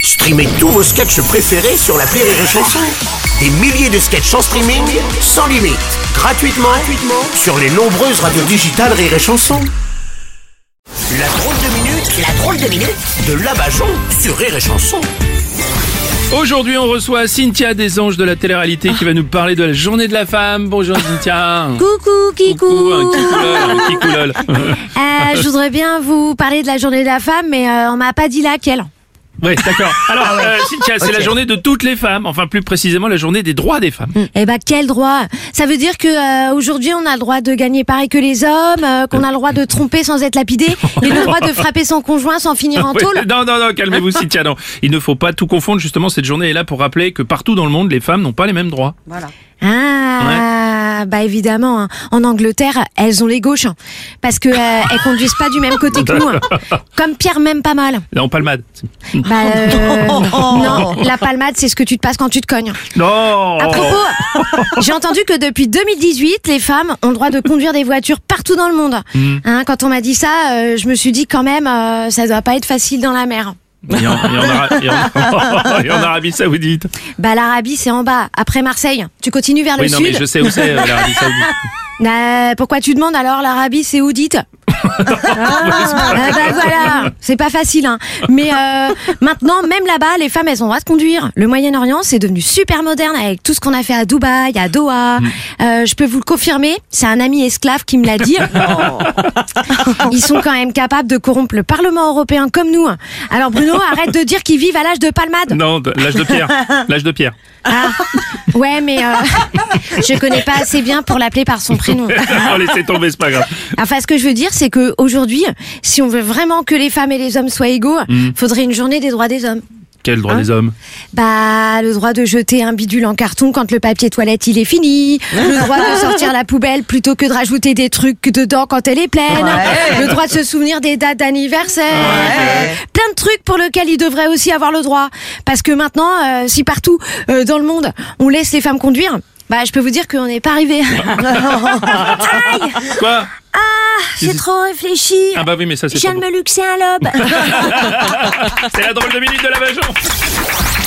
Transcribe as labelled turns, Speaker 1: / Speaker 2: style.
Speaker 1: Streamez tous vos sketchs préférés sur la Rire et Chanson. Des milliers de sketchs en streaming, sans limite, gratuitement, gratuitement sur les nombreuses radios digitales Rire et Chanson. La drôle de minute, la drôle de minute de Labajon sur Rire et Chanson.
Speaker 2: Aujourd'hui, on reçoit Cynthia des Anges de la télé-réalité qui va nous parler de la journée de la femme. Bonjour Cynthia.
Speaker 3: Coucou Kikou
Speaker 2: Coucou, un kikoulol, un kikoulol.
Speaker 3: Euh, Je voudrais bien vous parler de la journée de la femme, mais euh, on m'a pas dit laquelle.
Speaker 2: Ouais, d'accord. Alors, euh, Cynthia, c'est la journée de toutes les femmes. Enfin, plus précisément, la journée des droits des femmes.
Speaker 3: Eh ben quel droit Ça veut dire que euh, aujourd'hui on a le droit de gagner pareil que les hommes, euh, qu'on a le droit de tromper sans être lapidé, et le droit de frapper son conjoint sans finir en
Speaker 2: Ouais,
Speaker 3: tôle.
Speaker 2: non, non, non, calmez-vous, Cynthia. Non, il ne faut pas tout confondre. Justement, cette journée est là pour rappeler que partout dans le monde, les femmes n'ont pas les mêmes droits.
Speaker 3: Ah bah évidemment, hein. en Angleterre elles ont les gauches hein, parce que euh, elles conduisent pas du même côté que nous, hein. comme Pierre même pas mal.
Speaker 2: Non, palmade.
Speaker 3: Bah euh, non, la palmade c'est ce que tu te passes quand tu te cognes.
Speaker 2: Non.
Speaker 3: À propos, j'ai entendu que depuis 2018, les femmes ont le droit de conduire des voitures partout dans le monde.
Speaker 2: Mm.
Speaker 3: Hein, quand on m'a dit ça, euh, je me suis dit quand même, euh, ça doit pas être facile dans la mer.
Speaker 2: Et en, et en Ara- et en- et en Arabie Saoudite.
Speaker 3: Bah l'Arabie, c'est en bas. Après Marseille, tu continues vers
Speaker 2: Oui,
Speaker 3: le
Speaker 2: non, mais
Speaker 3: sud.
Speaker 2: je sais où c'est euh, l'Arabie Saoudite.
Speaker 3: Euh, pourquoi tu demandes alors l'Arabie saoudite Ah, bah voilà, c'est pas facile. Hein. Mais euh, maintenant, même là-bas, les femmes, elles ont le droit de conduire. Le Moyen-Orient, c'est devenu super moderne avec tout ce qu'on a fait à Dubaï, à Doha. Euh, je peux vous le confirmer, c'est un ami esclave qui me l'a dit. Ils sont quand même capables de corrompre le Parlement européen comme nous. Alors Bruno, arrête de dire qu'ils vivent à l'âge de palmade.
Speaker 2: Non, de- l'âge de pierre. L'âge de pierre.
Speaker 3: Ah, ouais, mais euh, je connais pas assez bien pour l'appeler par son prénom.
Speaker 2: non, Oh, laissez tomber, c'est pas grave.
Speaker 3: Enfin, ce que je veux dire, c'est que aujourd'hui, si on veut vraiment que les femmes et les hommes soient égaux, faudrait une journée des droits des hommes.
Speaker 2: Quel droit des hommes
Speaker 3: Bah, le droit de jeter un bidule en carton quand le papier toilette il est fini, le droit de sortir la poubelle plutôt que de rajouter des trucs dedans quand elle est pleine, le droit de se souvenir des dates d'anniversaire, plein de trucs pour lesquels il devrait aussi avoir le droit. Parce que maintenant, euh, si partout euh, dans le monde on laisse les femmes conduire, bah je peux vous dire qu'on n'est pas arrivé. Aïe,
Speaker 2: Quoi
Speaker 3: j'ai trop réfléchi.
Speaker 2: Ah bah oui, mais ça c'est
Speaker 3: Je viens
Speaker 2: pas
Speaker 3: de
Speaker 2: bon.
Speaker 3: me luxer un lobe.
Speaker 2: C'est la drôle de minute de la Bajon